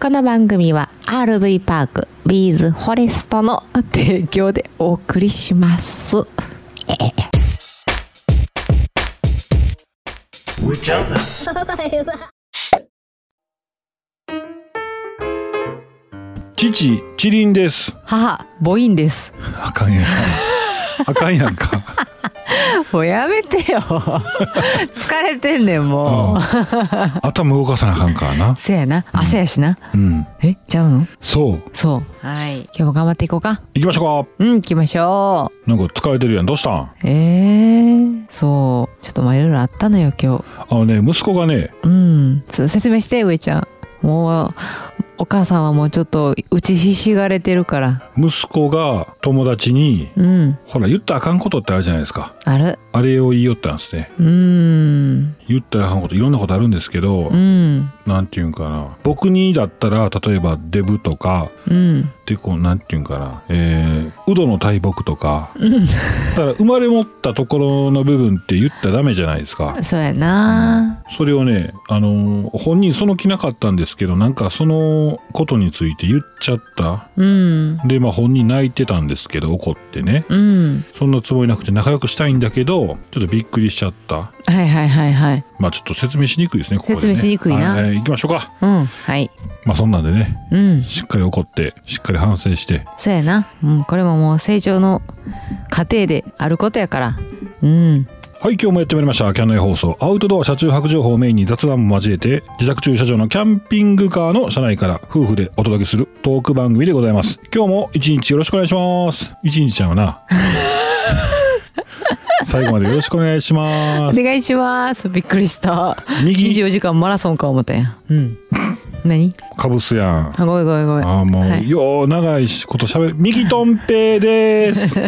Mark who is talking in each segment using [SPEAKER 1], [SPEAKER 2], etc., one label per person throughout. [SPEAKER 1] この番組は RV パークビーズフォレストの提供でお送りします。
[SPEAKER 2] 父チリンです
[SPEAKER 1] 母、母音です。
[SPEAKER 2] あかん やんあかんやんか、
[SPEAKER 1] もうやめて よ。疲れてんねん、
[SPEAKER 2] う
[SPEAKER 1] も
[SPEAKER 2] ん
[SPEAKER 1] う。、
[SPEAKER 2] 頭動かさなあかんからな
[SPEAKER 1] せやな。汗やしな。
[SPEAKER 2] うん
[SPEAKER 1] え、ちゃうの
[SPEAKER 2] そう
[SPEAKER 1] そう。はい。今日も頑張っていこうか。
[SPEAKER 2] 行きましょうか
[SPEAKER 1] うん、行きましょ
[SPEAKER 2] なんか疲れてるやんどうしたん
[SPEAKER 1] う。えー、そう。ちょっとまあいろいろあったのよ、今日。
[SPEAKER 2] あのね息子がね
[SPEAKER 1] うん、つ説明して上ちゃんもうお母さんはもうちょっと打ちひしがれてるから
[SPEAKER 2] 息子が友達に
[SPEAKER 1] うん
[SPEAKER 2] ほら言ったらあかんことってあるじゃないですか
[SPEAKER 1] ある
[SPEAKER 2] あれを言いよったんですね
[SPEAKER 1] うん
[SPEAKER 2] 言ったらあかんこといろんなことあるんですけど、
[SPEAKER 1] うん
[SPEAKER 2] なんていうんかな僕にだったら例えばデブとか
[SPEAKER 1] うん
[SPEAKER 2] でこうなんていうんかなえー、ウドの大木とか
[SPEAKER 1] うん
[SPEAKER 2] だから生まれ持ったところの部分って言ったらダメじゃないですか
[SPEAKER 1] そうやな
[SPEAKER 2] それをね、あのー本人その気なかったんですけどなんかそのことについて言っちゃった
[SPEAKER 1] うん
[SPEAKER 2] でまあ本人泣いてたんですけど怒ってね
[SPEAKER 1] うん
[SPEAKER 2] そんなつもりなくて仲良くしたいんだけどちょっとびっくりしちゃった
[SPEAKER 1] はいはいはいはい
[SPEAKER 2] まあちょっと説明しにくいですねここでね
[SPEAKER 1] 説明しにくいな
[SPEAKER 2] はいはい行きましょうか
[SPEAKER 1] うんはい
[SPEAKER 2] まあそんなんでね
[SPEAKER 1] うん
[SPEAKER 2] しっかり怒ってしっかり反省して
[SPEAKER 1] そうやな、うん、これももう成長の過程であることやからうん
[SPEAKER 2] はい今日もやってまいりましたキャン内放送アウトドア車中泊情報をメインに雑談も交えて自宅駐車場のキャンピングカーの車内から夫婦でお届けするトーク番組でございます今日も一日よろしくお願いします一日ちゃう な最後までよろしくお願いし
[SPEAKER 1] お
[SPEAKER 2] ます
[SPEAKER 1] 願いしますびっくりした
[SPEAKER 2] 右
[SPEAKER 1] 24時間マラソンか思ったやんうん何
[SPEAKER 2] かぶすやん
[SPEAKER 1] あごめんごめんごめん
[SPEAKER 2] あーもう、
[SPEAKER 1] はい
[SPEAKER 2] よう長いことしゃべ右とんぺいです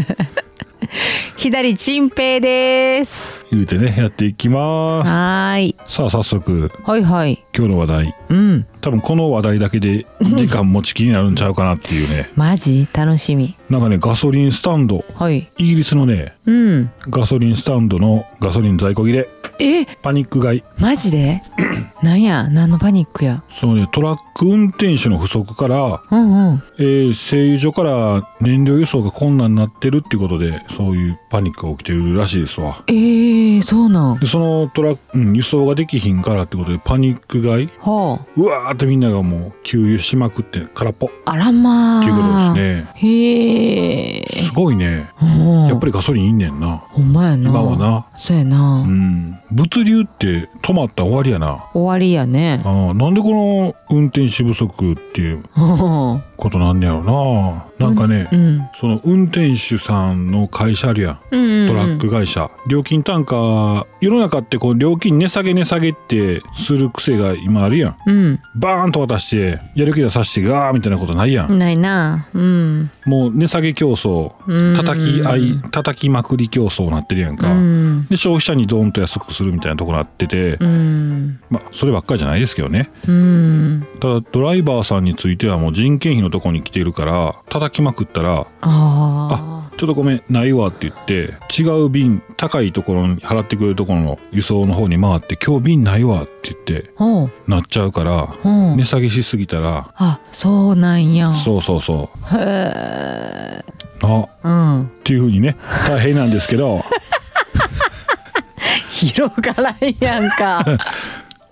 [SPEAKER 1] 左チンペイです。
[SPEAKER 2] 言うてねやっていきます
[SPEAKER 1] はーい。
[SPEAKER 2] さあ早速
[SPEAKER 1] はいはい。
[SPEAKER 2] 今日の話題
[SPEAKER 1] うん。
[SPEAKER 2] 多分この話題だけで時間持ちきりになるんちゃうかなっていうね
[SPEAKER 1] マジ楽しみ。
[SPEAKER 2] なんかね、ガソリンスタンド。
[SPEAKER 1] はい。
[SPEAKER 2] イギリスのね、
[SPEAKER 1] うん。
[SPEAKER 2] ガソリンスタンドのガソリン在庫切れ。
[SPEAKER 1] え
[SPEAKER 2] パニック買い。
[SPEAKER 1] マジ でなんや何のパニックや。
[SPEAKER 2] そのね、トラック運転手の不足から、
[SPEAKER 1] うんうん。
[SPEAKER 2] えー、製油所から燃料輸送が困難になってるっていうことで、そういうパニックが起きてるらしいですわ。
[SPEAKER 1] えー、そうなん。
[SPEAKER 2] で、そのトラック、うん、輸送ができひんからってことで、パニック買い。
[SPEAKER 1] は
[SPEAKER 2] うわーってみんながもう、給油しまくって、空っぽっ
[SPEAKER 1] あ。あらまあ。
[SPEAKER 2] ていうことですね。
[SPEAKER 1] へえ。
[SPEAKER 2] すごいね。
[SPEAKER 1] や
[SPEAKER 2] やっぱ
[SPEAKER 1] り。
[SPEAKER 2] りガソリンいいねんな。
[SPEAKER 1] ほんまやな。
[SPEAKER 2] 今は。な。
[SPEAKER 1] そうや
[SPEAKER 2] う
[SPEAKER 1] な。
[SPEAKER 2] ん。物流って止まったら終わりやな。
[SPEAKER 1] 終わりやね。
[SPEAKER 2] ああなんでこの運転手不足っていう
[SPEAKER 1] うん
[SPEAKER 2] ことなんねやろななんかね、
[SPEAKER 1] うん。
[SPEAKER 2] その運転手さんの会社あるやん
[SPEAKER 1] うんうんうん。
[SPEAKER 2] トラック会社、料金単価世の中ってこう料金値下げ値下げってする癖が今あるやん
[SPEAKER 1] うん。
[SPEAKER 2] バーンと渡してやる気出さしてガーみたいなことないやん、
[SPEAKER 1] ないな。うん。
[SPEAKER 2] もう値下げ競争
[SPEAKER 1] うん
[SPEAKER 2] 叩き合い叩きまくり競争なってるやん
[SPEAKER 1] う
[SPEAKER 2] か、
[SPEAKER 1] ん。
[SPEAKER 2] で消費者にドーンと安くするみたいなとこなってて、
[SPEAKER 1] うん。
[SPEAKER 2] まあそればっかりじゃないですけどね
[SPEAKER 1] うん。
[SPEAKER 2] ただドライバーさんについてはもう人件費のとこに来てるから叩きまくったら
[SPEAKER 1] ああ。
[SPEAKER 2] 「ちょっとごめんないわ」って言って違う便高いところに払ってくれるところの輸送の方に回って「今日便ないわ」って言って
[SPEAKER 1] ほう。
[SPEAKER 2] なっちゃうから
[SPEAKER 1] ほう
[SPEAKER 2] 値下げしすぎたら
[SPEAKER 1] あそうなんや
[SPEAKER 2] そうそうそ
[SPEAKER 1] へえ
[SPEAKER 2] うなっ
[SPEAKER 1] うん
[SPEAKER 2] ていうふうにね大変なんですけど
[SPEAKER 1] 広がらんやんか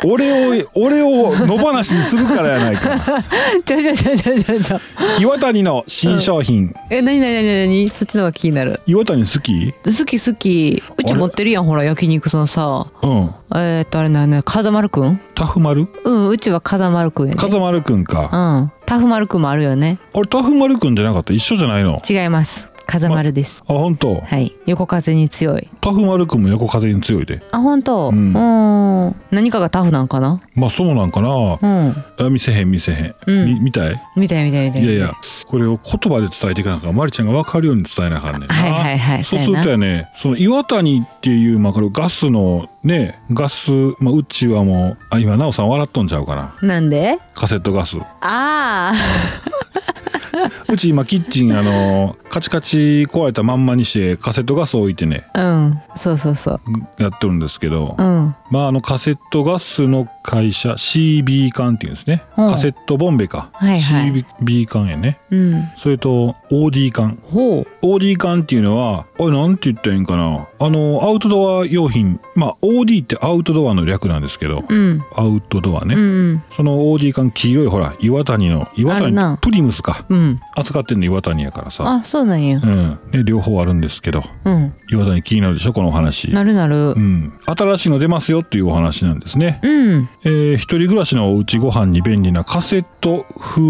[SPEAKER 2] 俺を俺を野放しにするからやないか
[SPEAKER 1] ちょちょちょちょちょちょ
[SPEAKER 2] 岩谷の新商品、
[SPEAKER 1] えなになになになにそっちの方が気になる
[SPEAKER 2] 岩谷好き
[SPEAKER 1] 好き好きうち
[SPEAKER 2] あれ
[SPEAKER 1] 持ってるやんほら焼肉そのさ
[SPEAKER 2] うん
[SPEAKER 1] えー、っとあれなんだ風丸くん
[SPEAKER 2] タフ丸
[SPEAKER 1] うんうちは風丸くんやね
[SPEAKER 2] 風丸くん
[SPEAKER 1] う
[SPEAKER 2] か
[SPEAKER 1] んタフ丸くんもあるよね
[SPEAKER 2] あれタフ丸くんじゃなかった一緒じゃないの
[SPEAKER 1] 違います風丸です、
[SPEAKER 2] あ本当。
[SPEAKER 1] はい横風に強い
[SPEAKER 2] タフ丸くんも横風に強いで
[SPEAKER 1] あ本当
[SPEAKER 2] うん
[SPEAKER 1] うん何かがタフなんかな
[SPEAKER 2] まあそうなんかな
[SPEAKER 1] うん
[SPEAKER 2] あ見せへん見せへん、
[SPEAKER 1] うん
[SPEAKER 2] み見たい
[SPEAKER 1] みたいみたいみたい
[SPEAKER 2] いやいやこれを言葉で伝えていかなあかんマリちゃんが分かるように伝えなあかんねんな
[SPEAKER 1] はいはいはい
[SPEAKER 2] そうす
[SPEAKER 1] そう
[SPEAKER 2] る
[SPEAKER 1] やな
[SPEAKER 2] とやねその岩谷っていう、まあ、これガスのねガス、まあ、うちはもうあ今奈緒さん笑っとんちゃうかな
[SPEAKER 1] なんで
[SPEAKER 2] カセットガス
[SPEAKER 1] ああ
[SPEAKER 2] うち今キッチンあのカチカチ壊 れたまんまにしてカセットガス置いてね
[SPEAKER 1] うんそうそうそう
[SPEAKER 2] やってるんですけど、
[SPEAKER 1] うん
[SPEAKER 2] まあ、あのカセットガスの会社 CB 缶っていうんですね、
[SPEAKER 1] うん
[SPEAKER 2] カセットボンベか、
[SPEAKER 1] はいはい
[SPEAKER 2] CB 缶やね
[SPEAKER 1] うん。
[SPEAKER 2] それと OD 缶
[SPEAKER 1] ほう。
[SPEAKER 2] OD 缶っていうのはあれなんて言ったらいいんかなあのアウトドア用品まあ OD ってアウトドアの略なんですけど、
[SPEAKER 1] うん。
[SPEAKER 2] アウトドアね、
[SPEAKER 1] うん。
[SPEAKER 2] その OD 缶黄色いほら岩谷の岩
[SPEAKER 1] あるな
[SPEAKER 2] 谷プリムスか
[SPEAKER 1] うん。
[SPEAKER 2] 扱ってんの岩谷やからさ
[SPEAKER 1] あ、そうなんや
[SPEAKER 2] う。ん、ね、両方あるんですけど
[SPEAKER 1] うん。
[SPEAKER 2] 岩谷気になるでしょこのお話
[SPEAKER 1] なるなる
[SPEAKER 2] う。ん、新しいの出ますよっていうお話なんですね、
[SPEAKER 1] うん。
[SPEAKER 2] えー一人暮らしのおうちご飯に便利なカセット風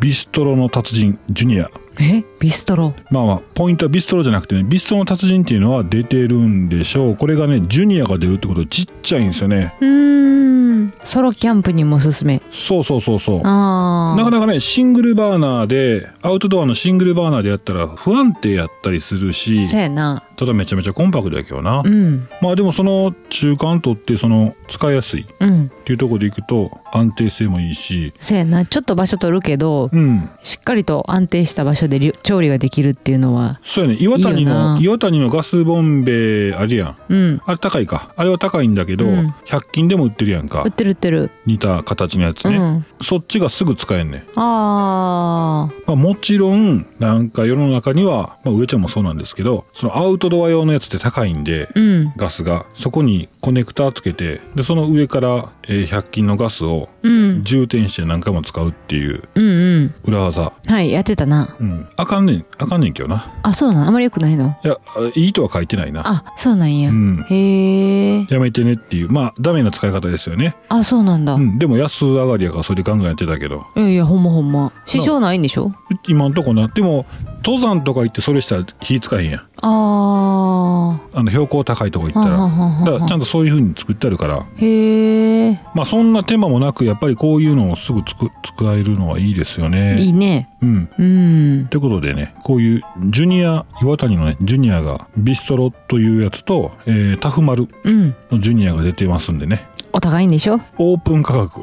[SPEAKER 2] ビストロの達人ジュニア
[SPEAKER 1] えビストロ。
[SPEAKER 2] まあまあポイントはビストロじゃなくてねビストロの達人っていうのは出てるんでしょうこれがねジュニアが出るってことちっちゃいんですよね
[SPEAKER 1] うーん。ソロキャンプにもおすすめ。
[SPEAKER 2] そうそうそうそう
[SPEAKER 1] ああ。
[SPEAKER 2] なかなかねシングルバーナーでアウトドアのシングルバーナーでやったら不安定やったりするし
[SPEAKER 1] そうやな。
[SPEAKER 2] ただめちゃめちゃコンパクトやけどな、
[SPEAKER 1] うん。
[SPEAKER 2] まあでもその中間取ってその使いやすい
[SPEAKER 1] うん。
[SPEAKER 2] っていうところでいくと安定性もいいし
[SPEAKER 1] そうやな。ちょっと場所取るけど、
[SPEAKER 2] うん
[SPEAKER 1] しっかりと安定した場所でり調理ができるっていうのは。
[SPEAKER 2] そうやね岩
[SPEAKER 1] いい
[SPEAKER 2] 谷
[SPEAKER 1] よ
[SPEAKER 2] の
[SPEAKER 1] な
[SPEAKER 2] 岩谷のガスボンベあれやん
[SPEAKER 1] うん。
[SPEAKER 2] あれ高いかあれは高いんだけど、
[SPEAKER 1] うん
[SPEAKER 2] 100均でも売ってるやんか
[SPEAKER 1] 売ってる売ってる。
[SPEAKER 2] 似た形のやつ
[SPEAKER 1] う
[SPEAKER 2] ね、
[SPEAKER 1] ん。
[SPEAKER 2] そっちがすぐ使えんねん、
[SPEAKER 1] ああ。
[SPEAKER 2] まあ、もちろんなんか世の中には、まあ、上ちゃんもそうなんですけどそのアウトドア用のやつって高いんで
[SPEAKER 1] うん。
[SPEAKER 2] ガスがそこにコネクタつけてでその上から、えー100均のガスを
[SPEAKER 1] うん。
[SPEAKER 2] 充填して何回も使うっていう
[SPEAKER 1] うんうん。
[SPEAKER 2] 裏技
[SPEAKER 1] はい、やってたな。
[SPEAKER 2] うんあかんねんあかんねんけどな
[SPEAKER 1] あ、そうなん。あまり良くないの。
[SPEAKER 2] いやあいいとは書いてないな
[SPEAKER 1] あ、そうなんや。
[SPEAKER 2] うん
[SPEAKER 1] へえ。
[SPEAKER 2] やめてねっていうまあダメな使い方ですよね、
[SPEAKER 1] あ、そうなんだ。
[SPEAKER 2] うん、でも安上がりやからそれガンガンやってたけど
[SPEAKER 1] いやいや、ほんまほんま。支障ないんでしょ
[SPEAKER 2] 今んとこなでも登山とか行ってそれしたら火使えへんやん
[SPEAKER 1] あ
[SPEAKER 2] あの標高高いとこ行っ
[SPEAKER 1] あ。は
[SPEAKER 2] た
[SPEAKER 1] んは
[SPEAKER 2] ら
[SPEAKER 1] んはんはん
[SPEAKER 2] だからちゃんとそういう風に作ってあるから
[SPEAKER 1] へえ。
[SPEAKER 2] まあそんな手間もなくやっぱりこういうのをすぐつく使えるのはいいですよね
[SPEAKER 1] いいね。
[SPEAKER 2] うん
[SPEAKER 1] うん。
[SPEAKER 2] ということでねこういうジュニア岩谷のねジュニアがビストロというやつと、えータフマル
[SPEAKER 1] うん。
[SPEAKER 2] のジュニアが出てますんでね
[SPEAKER 1] お互いんでしょ
[SPEAKER 2] オープン価 格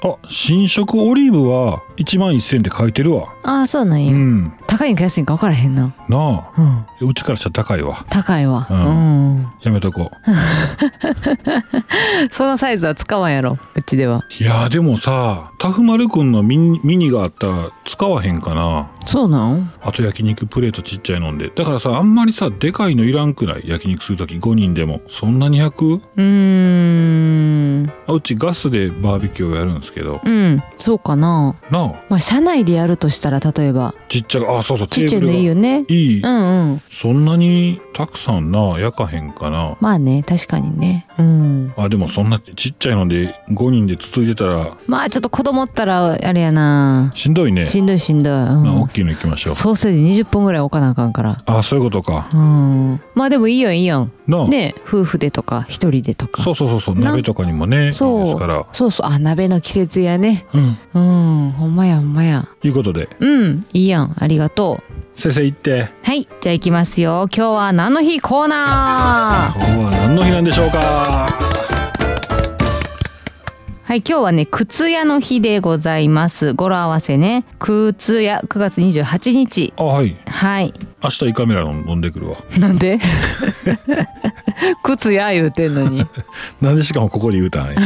[SPEAKER 2] あ新色オリーブは1万1000円で買えてるわ
[SPEAKER 1] ああ、そうなん
[SPEAKER 2] う
[SPEAKER 1] や。
[SPEAKER 2] ん
[SPEAKER 1] 高いんか安いんか分からへんな。
[SPEAKER 2] なあ
[SPEAKER 1] うん。
[SPEAKER 2] うちからしたら高いわ
[SPEAKER 1] 高いわ。
[SPEAKER 2] う
[SPEAKER 1] うん。
[SPEAKER 2] やめとこう
[SPEAKER 1] そのサイズは使わんやろ。うちでは。
[SPEAKER 2] いやーでもさタフマルくんのミニミニがあったら使わへんかな
[SPEAKER 1] そうなん
[SPEAKER 2] あと焼肉プレートちっちゃいのんでだからさあんまりさでかいのいらんくない焼肉する時5人でもそんな 200?
[SPEAKER 1] うーん。
[SPEAKER 2] あうちガスでバーベキューをやるんですけど
[SPEAKER 1] うん。そうかな。
[SPEAKER 2] なあ
[SPEAKER 1] まあ、車内でやるとしたら、例えば、
[SPEAKER 2] ちっちゃくあそうそう
[SPEAKER 1] ちっちゃい
[SPEAKER 2] テーブ
[SPEAKER 1] の
[SPEAKER 2] ルが
[SPEAKER 1] いいよね。
[SPEAKER 2] いい
[SPEAKER 1] うんうん。
[SPEAKER 2] そんなにたくさんな焼かへんかな
[SPEAKER 1] まあね、確かにね。うん。
[SPEAKER 2] あでもそんなちっちゃいので5人でつついてたら
[SPEAKER 1] まあちょっと子供ったらあれやな。
[SPEAKER 2] しんどいね
[SPEAKER 1] しんどいしんどい。う
[SPEAKER 2] まあ大
[SPEAKER 1] ん、
[SPEAKER 2] きいの行きましょう
[SPEAKER 1] ソーセージ20本ぐらい置かなあかんから。
[SPEAKER 2] あそういうことか
[SPEAKER 1] うん。まあでもいいやんいいやん。
[SPEAKER 2] なあ、
[SPEAKER 1] ね夫婦でとか一人でとか。
[SPEAKER 2] そうそうそうそう
[SPEAKER 1] な
[SPEAKER 2] 鍋とかにもねいいです
[SPEAKER 1] そう
[SPEAKER 2] から
[SPEAKER 1] そうそう。あ、鍋の季節やね。
[SPEAKER 2] うん
[SPEAKER 1] うん。ほんまやほんまや。
[SPEAKER 2] いうことで
[SPEAKER 1] うん。いいやん。ありがとう。
[SPEAKER 2] 先生行って
[SPEAKER 1] はい。じゃあ行きますよ。今日は何の日コーナー
[SPEAKER 2] 今日は何の日なんでしょうか
[SPEAKER 1] はい、今日はね、靴屋の日でございます。語呂合わせね。靴屋、9月28日。
[SPEAKER 2] あはい
[SPEAKER 1] はい。
[SPEAKER 2] 明日胃カメラ飲んでくるわ
[SPEAKER 1] なんで 靴や言うてんのに。
[SPEAKER 2] なんでしかもここで言うたんや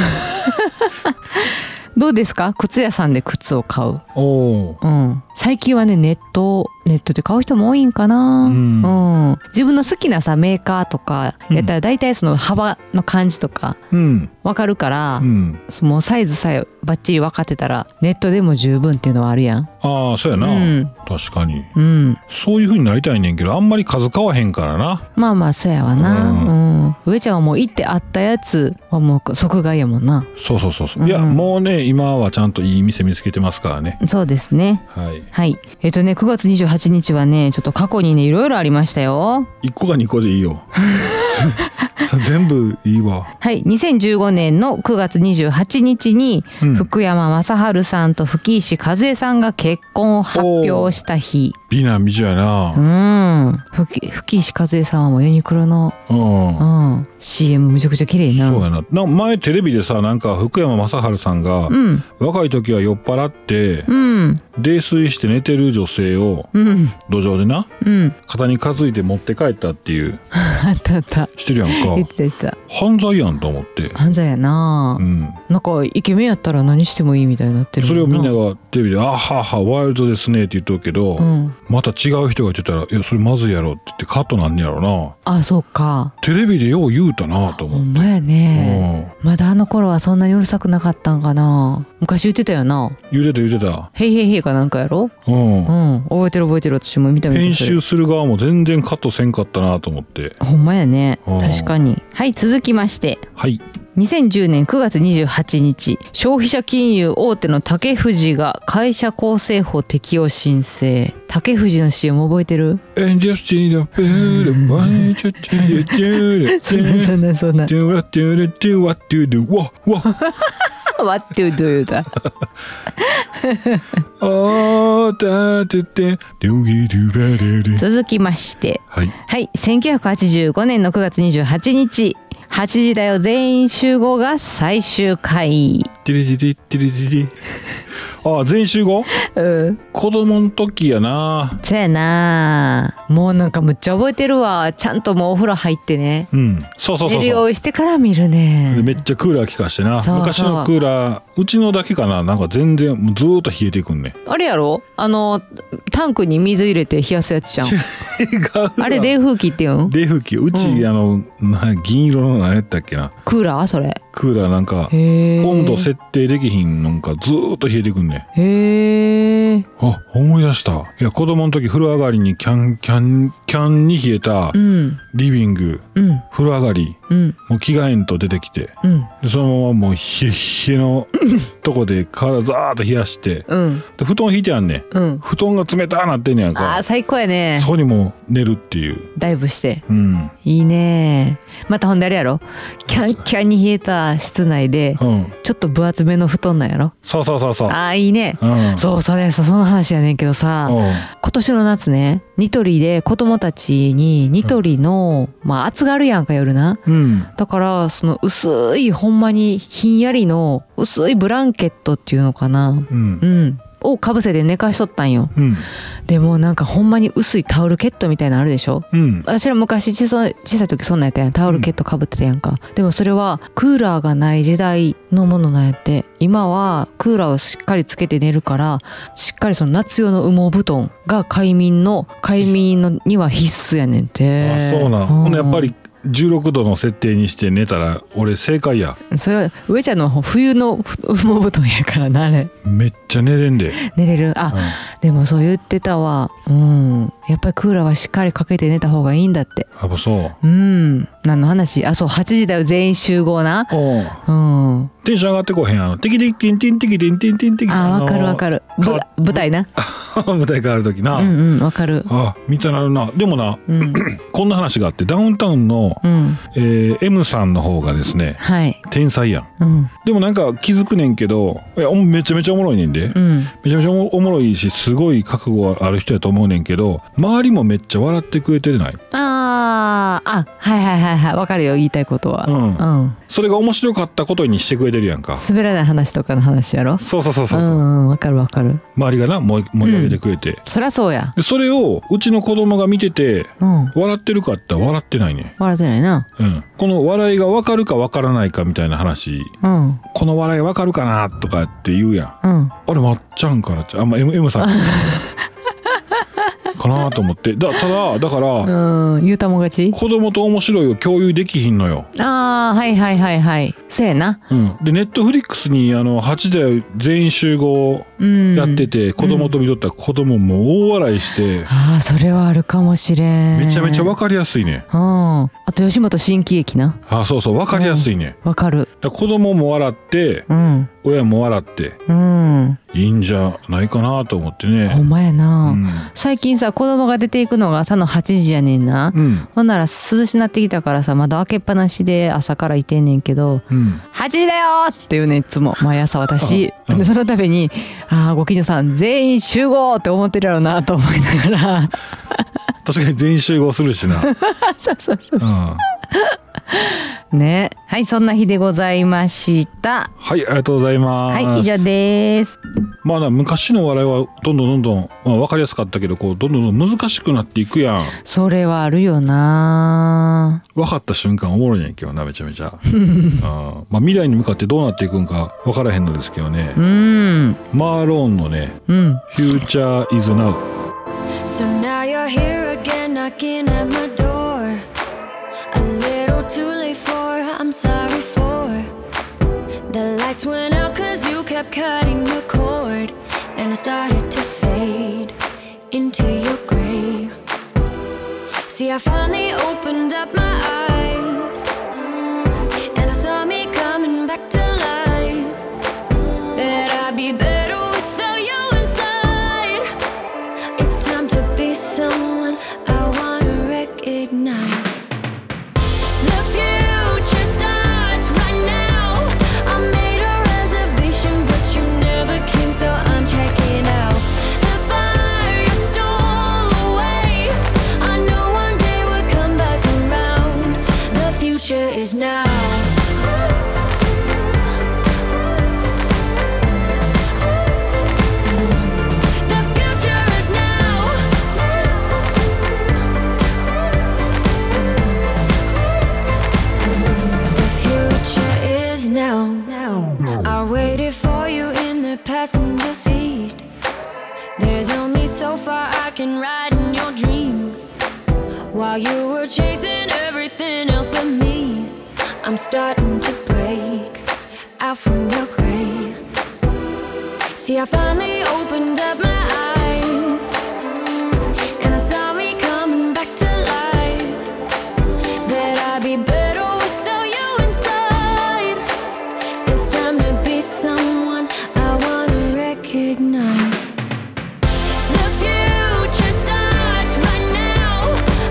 [SPEAKER 1] どうですか靴屋さんで靴を買う。
[SPEAKER 2] おお
[SPEAKER 1] うん。最近はね、ネット、ネットで買う人も多いんかな。
[SPEAKER 2] うん
[SPEAKER 1] うん自分の好きなさ、メーカーとか、やったら大体その幅の感じとか、
[SPEAKER 2] うん
[SPEAKER 1] わかるから、
[SPEAKER 2] うん
[SPEAKER 1] もうサイズさえバッチリ分かってたら、ネットでも十分っていうのはあるやん。
[SPEAKER 2] ああそうや
[SPEAKER 1] う
[SPEAKER 2] な、
[SPEAKER 1] ん。
[SPEAKER 2] 確かに
[SPEAKER 1] うん。
[SPEAKER 2] そういう風になりたいねんけどあんまり数買わへんからな
[SPEAKER 1] まあまあ、そうやわな。
[SPEAKER 2] う
[SPEAKER 1] うん。上ちゃんはもう行ってあったやつはもう即買いやもんな。
[SPEAKER 2] そうそうそうそう、
[SPEAKER 1] うん
[SPEAKER 2] いやもうね今はちゃんといい店見つけてますからね
[SPEAKER 1] そうですね。
[SPEAKER 2] はい
[SPEAKER 1] はい。えっとね、9月28日はね、ちょっと過去にね、いろいろありましたよ。
[SPEAKER 2] 1個か2個でいいよ それ全部いいわ
[SPEAKER 1] はい。2015年の9月28日に、
[SPEAKER 2] うん
[SPEAKER 1] 福山雅治さんと吹石和恵さんが結婚を発表した日。
[SPEAKER 2] 美男美女や
[SPEAKER 1] う。
[SPEAKER 2] なん
[SPEAKER 1] 吹吹石和恵さんはもうユニクロの、
[SPEAKER 2] うん、
[SPEAKER 1] うん CM めちゃくちゃ綺麗な。
[SPEAKER 2] そうやなな前テレビでさなんか福山雅治さんが、
[SPEAKER 1] うん。
[SPEAKER 2] 若い時は酔っ払って
[SPEAKER 1] うん。
[SPEAKER 2] 泥酔して寝てる女性を
[SPEAKER 1] うん。
[SPEAKER 2] 路上でな
[SPEAKER 1] うん。
[SPEAKER 2] 肩に担いで持って帰ったっていう
[SPEAKER 1] あったあった。
[SPEAKER 2] してるやんさ
[SPEAKER 1] 言ってた言ってた
[SPEAKER 2] 犯罪やんと思って、
[SPEAKER 1] 犯罪やな
[SPEAKER 2] う、ん、
[SPEAKER 1] なんかイケメンやったら何してもいいみたいになってる
[SPEAKER 2] それを
[SPEAKER 1] も
[SPEAKER 2] みん
[SPEAKER 1] な
[SPEAKER 2] ながテレビで「あははワイルドですね」って言っとくけど、
[SPEAKER 1] うん
[SPEAKER 2] また違う人が言ってたら「いやそれまずいやろ」って言ってカットなんねやろな
[SPEAKER 1] あそうか
[SPEAKER 2] テレビでよう言うたなと
[SPEAKER 1] ほ
[SPEAKER 2] 思っ
[SPEAKER 1] ん
[SPEAKER 2] て、
[SPEAKER 1] まや
[SPEAKER 2] う
[SPEAKER 1] ね、
[SPEAKER 2] ん、
[SPEAKER 1] まだあの頃はそんなにうるさくなかったんかな昔言ってたよな
[SPEAKER 2] 言うてた言うてた
[SPEAKER 1] 「へいへいへい」かなんかやろ
[SPEAKER 2] うん
[SPEAKER 1] うん覚えてる覚えてる私も見た見た
[SPEAKER 2] 編
[SPEAKER 1] それ
[SPEAKER 2] 集する側も全然カットせんかったなと思って
[SPEAKER 1] ほんまやね
[SPEAKER 2] うん
[SPEAKER 1] 確かにはい続きまして
[SPEAKER 2] はい
[SPEAKER 1] 2010年9月28日消費者金融大手の竹藤が会社構成法適用申請竹藤の CM 覚えてる
[SPEAKER 2] 「エンジェスチーのプールバイチュチュチュチュチュチュ
[SPEAKER 1] んなそん な
[SPEAKER 2] トゥラトゥラトゥワトゥドゥワワ
[SPEAKER 1] What to do だ
[SPEAKER 2] あーたててドゥギドゥバデデ
[SPEAKER 1] 続きまして
[SPEAKER 2] はい
[SPEAKER 1] はい1985年の9月28日8時だよ全員集合が最終回
[SPEAKER 2] ティリティリティリティリあー全員集合
[SPEAKER 1] うん
[SPEAKER 2] 子供の時やな
[SPEAKER 1] そやなもうなんかむっちゃ覚えてるわちゃんともうお風呂入ってね
[SPEAKER 2] うんそうそうそ
[SPEAKER 1] 寝
[SPEAKER 2] う
[SPEAKER 1] る
[SPEAKER 2] そ
[SPEAKER 1] 用
[SPEAKER 2] う
[SPEAKER 1] 意してから見るね
[SPEAKER 2] でめっちゃクーラー効かしてな
[SPEAKER 1] そうそう
[SPEAKER 2] 昔のクーラーうちのだけかななんか全然もうずーっと冷えていくんね
[SPEAKER 1] あれやろあのタンクに水入れて冷やすやつじゃん
[SPEAKER 2] 違う
[SPEAKER 1] あれ冷風機って言うん
[SPEAKER 2] 冷風機うち、
[SPEAKER 1] うん
[SPEAKER 2] あのな銀色の何やったっけな
[SPEAKER 1] クーラーそれ
[SPEAKER 2] クーラーなんか
[SPEAKER 1] へえ
[SPEAKER 2] 温度設定できひんなんかずーっと冷えてくんね
[SPEAKER 1] へえ
[SPEAKER 2] あ思い出したいや子供の時風呂上がりにキャンキャンキャンに冷えた
[SPEAKER 1] うん
[SPEAKER 2] リビング
[SPEAKER 1] うん
[SPEAKER 2] 風呂上がり
[SPEAKER 1] うん
[SPEAKER 2] もう着替えんと出てきて
[SPEAKER 1] うん
[SPEAKER 2] でそのままもう冷え冷 えのとこで体ザーッと冷やして
[SPEAKER 1] うん
[SPEAKER 2] で布団引いてあんねん
[SPEAKER 1] うん
[SPEAKER 2] 布団が冷たーなってんねやん
[SPEAKER 1] あ
[SPEAKER 2] か
[SPEAKER 1] ー最高やね
[SPEAKER 2] そこにもう寝るっていう
[SPEAKER 1] ダイブして
[SPEAKER 2] うん
[SPEAKER 1] いいねまたほんであれやろキャンキャンに冷えた室内で
[SPEAKER 2] うん
[SPEAKER 1] ちょっと分厚めの布団なんやろ
[SPEAKER 2] そうそうそうそう
[SPEAKER 1] あーいいね
[SPEAKER 2] うん
[SPEAKER 1] そうそれさその話やねんけどさ
[SPEAKER 2] うん
[SPEAKER 1] 今年の夏ねニトリで子供たちにニトリの、まあ暑がるやんか夜な
[SPEAKER 2] うん
[SPEAKER 1] だからその薄いほんまにひんやりの薄いブランケットっていうのかな
[SPEAKER 2] うん
[SPEAKER 1] うんをかぶせて寝かしとったんよ
[SPEAKER 2] うん
[SPEAKER 1] でもなんかほんまに薄いタオルケットみたいなのあるでしょ
[SPEAKER 2] うん
[SPEAKER 1] 私ら昔小さい小さい時そんなんやったやんタオルケットかぶってたやんか、でもそれはクーラーがない時代のものなんやって今はクーラーをしっかりつけて寝るからしっかりその夏用の羽毛布団が快眠の快眠のには必須やねんて
[SPEAKER 2] あそうなん、
[SPEAKER 1] ん
[SPEAKER 2] ほんでやっぱり16度の設定にして寝たら俺正解や
[SPEAKER 1] それは上ちゃんの冬の ふ羽毛布団やからなあれ
[SPEAKER 2] めっちゃ寝れんで、
[SPEAKER 1] 寝れるあ、
[SPEAKER 2] う
[SPEAKER 1] でもそう言ってたわうんやっぱりクーラーはしっかりかけて寝た方がいいんだって
[SPEAKER 2] ん、やっぱそう
[SPEAKER 1] うん何の話あそう8時だよ全員集合な
[SPEAKER 2] うん
[SPEAKER 1] うん
[SPEAKER 2] テンション上がってこうへんあのテキテキテンテンテキテンテンテンテキ
[SPEAKER 1] あわかるわか
[SPEAKER 2] る
[SPEAKER 1] るぶ
[SPEAKER 2] 変わ
[SPEAKER 1] 舞台な
[SPEAKER 2] 舞台変わる時な、
[SPEAKER 1] うんうんわかる
[SPEAKER 2] あ見たなるなでもな
[SPEAKER 1] うん
[SPEAKER 2] こんな話があってダウンタウンの、
[SPEAKER 1] うん
[SPEAKER 2] えー M さんの方がですね
[SPEAKER 1] はい
[SPEAKER 2] 天才やん
[SPEAKER 1] うん
[SPEAKER 2] でもなんか気づくねんけどいやめちゃめちゃおもろいねんで、
[SPEAKER 1] うん
[SPEAKER 2] めちゃめちゃおもおもろいしすごい覚悟ある人やと思うねんけど周りもめっちゃ笑ってくれてない、
[SPEAKER 1] あーあはいはいはいはいわかるよ言いたいことは
[SPEAKER 2] うん
[SPEAKER 1] うん
[SPEAKER 2] それが面白かったことにしてくれてるやんか
[SPEAKER 1] 滑らない話とかの話やろ
[SPEAKER 2] そうそうそうそう
[SPEAKER 1] う
[SPEAKER 2] そう、
[SPEAKER 1] んうんわかるわかる
[SPEAKER 2] 周りがな盛り盛り上げてくれて、
[SPEAKER 1] そりゃそうや
[SPEAKER 2] でそれをうちの子供が見てて
[SPEAKER 1] うん
[SPEAKER 2] 笑ってるかって言ったら笑ってないね
[SPEAKER 1] 笑ってないな
[SPEAKER 2] うんこの笑いが分かるか分からないかみたいな話
[SPEAKER 1] うん
[SPEAKER 2] この笑い分かるかなとかって言うやん
[SPEAKER 1] うん
[SPEAKER 2] あれまっちゃんからちゃうあんまあ M, M さん かなと思ってだただだから、
[SPEAKER 1] うん、言うたもん勝ち
[SPEAKER 2] 子供と面白いを共有できひんのよ
[SPEAKER 1] ああはいはいはいはいそうやな
[SPEAKER 2] うん、でネットフリックスにあの8代全員集合
[SPEAKER 1] うん
[SPEAKER 2] やってて、子供と見とったら子供も大笑いして、
[SPEAKER 1] ああそれはあるかもしれん
[SPEAKER 2] めちゃめちゃ分かりやすいね
[SPEAKER 1] うんあと吉本新喜劇な
[SPEAKER 2] あそうそう分かりやすいね、
[SPEAKER 1] わかる
[SPEAKER 2] だから子供も笑って
[SPEAKER 1] うん
[SPEAKER 2] 親も笑って
[SPEAKER 1] うん
[SPEAKER 2] いいんじゃないかなと思って
[SPEAKER 1] ほ
[SPEAKER 2] ね
[SPEAKER 1] んまや
[SPEAKER 2] う
[SPEAKER 1] な、
[SPEAKER 2] ん、
[SPEAKER 1] 最近さ子供が出ていくのが朝の8時やねんな、
[SPEAKER 2] うん
[SPEAKER 1] ほんなら涼しなってきたからさ窓開けっぱなしで朝からいてんねんけど
[SPEAKER 2] うん、
[SPEAKER 1] 8時だよって言うねんいつも毎朝私、
[SPEAKER 2] うん
[SPEAKER 1] でその度に「ああご近所さん全員集合!」って思ってるやろうなと思いながら
[SPEAKER 2] 確かに全員集合するしな、
[SPEAKER 1] そうそうそう
[SPEAKER 2] うん、
[SPEAKER 1] ねはいそんな日でございました
[SPEAKER 2] はい、ありがとうございま
[SPEAKER 1] は
[SPEAKER 2] す。
[SPEAKER 1] い以上です
[SPEAKER 2] まあな昔のお笑いはどんどんどんどん、まあ、分かりやすかったけどこうどんどんどんどん難しくなっていくやん
[SPEAKER 1] それはあるよな
[SPEAKER 2] 分かった瞬間おもろいんやけどなめちゃめち ゃうんまあ、未来に向かってどうなっていくんか分からへんのですけどね
[SPEAKER 1] うん
[SPEAKER 2] マーローンのね
[SPEAKER 1] うん
[SPEAKER 2] 「Future is Now
[SPEAKER 3] So now you're here again, knocking at my door. A little too late for, I'm sorry for. The lights went out cause you kept cutting the cord. And I started to fade into your gray. See, I finally opened up my eyes. Mm. And I saw me coming back to life. That I'd be better without you inside. It's time to be someone I wanna recognize. The future starts right now. I made a reservation, but you never came, so I'm checking out. The fire stole away. I know one day we'll come back around. The future is now. The future is now. The future is now. I waited for you in the passenger seat. There's only so far I can ride in your dreams. While you were chasing everything else but me, I'm starting to break out from your grave. See, I finally opened up my eyes. And I saw me coming back to life. That I'd be better without you inside. It's time to be someone I wanna recognize. The future starts right now.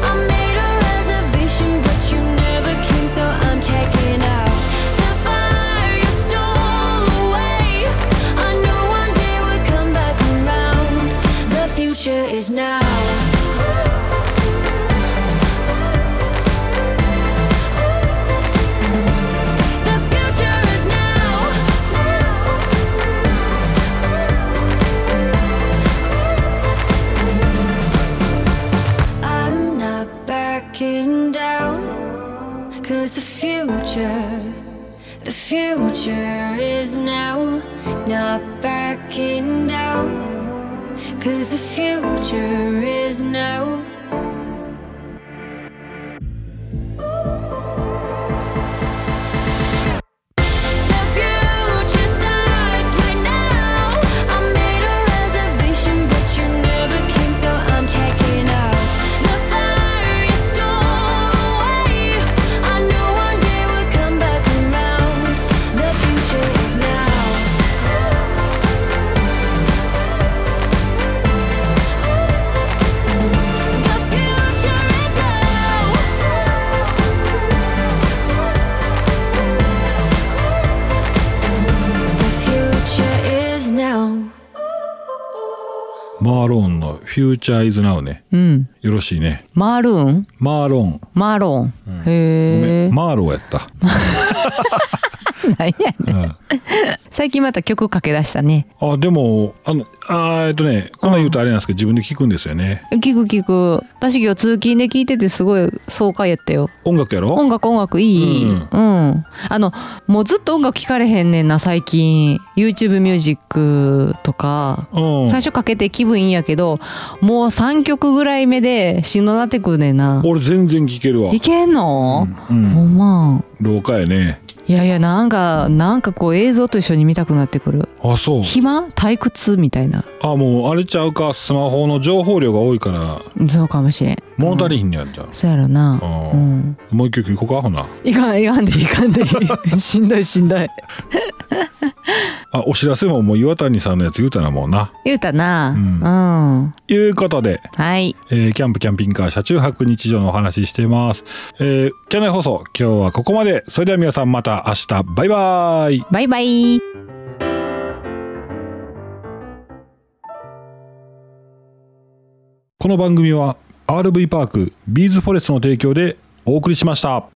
[SPEAKER 3] I made a reservation, but you never came, so I'm checking out. The fire you stole away. I know one day we'll come back around. The future is now. The future is now. I'm not backing down. Cause the future, the future is now. Not backing down. Cause the future is now. The future starts right now. I made a reservation, but you never came, so I'm checking out. The fire is away. I know one day we'll come back around. The future is now. The future is now. The future is now.
[SPEAKER 2] マーローンの「Future is Now ね」
[SPEAKER 1] うん
[SPEAKER 2] よろしいね
[SPEAKER 1] マールーン
[SPEAKER 2] マーローン
[SPEAKER 1] マーロン、
[SPEAKER 2] ごめ
[SPEAKER 1] へえ
[SPEAKER 2] んマーローやった、
[SPEAKER 1] 何やねん最近また曲かけ出したね
[SPEAKER 2] あでもあのあーえっとねこんなん言うとあれなんですけど、自分で聞くんですよね
[SPEAKER 1] 聞く聞く私今日通勤で聞いててすごい爽快やったよ
[SPEAKER 2] 音楽やろ
[SPEAKER 1] 音楽音楽いい、
[SPEAKER 2] う
[SPEAKER 1] うんんあのもうずっと音楽聴かれへんねんな最近 YouTube ミュージックとか、
[SPEAKER 2] うん、
[SPEAKER 1] 最初かけて気分いいんやけどもう3曲ぐらい目でしんどなってくんねんな
[SPEAKER 2] 俺全然聞けるわ
[SPEAKER 1] いけんの、
[SPEAKER 2] うん
[SPEAKER 1] ほんま
[SPEAKER 2] 廊下やね
[SPEAKER 1] いやいやなんかなんかこう映像と一緒に見たくなってくる
[SPEAKER 2] あそう
[SPEAKER 1] 暇退屈みたいな
[SPEAKER 2] あもうあれちゃうかスマホの情報量が多いから
[SPEAKER 1] そうかもしれん
[SPEAKER 2] 物足りひんのやっちゃう、
[SPEAKER 1] そうやろな
[SPEAKER 2] あ
[SPEAKER 1] う
[SPEAKER 2] ー
[SPEAKER 1] ん
[SPEAKER 2] もう一曲いこうかほない
[SPEAKER 1] かんいかんでいいかんでいい しんどいしんどい
[SPEAKER 2] あお知らせももう岩谷さんのやつ言うたなもうな
[SPEAKER 1] 言うたなうん、
[SPEAKER 2] いうことで、
[SPEAKER 1] はい
[SPEAKER 2] えーキャンプキャンピングカー車中泊日常のお話ししてます、えー、キャナイ放送今日はここまでそれでは皆さんまた明日バイバイ
[SPEAKER 1] バイバイ
[SPEAKER 2] この番組は RV パークビーズフォレストの提供でお送りしました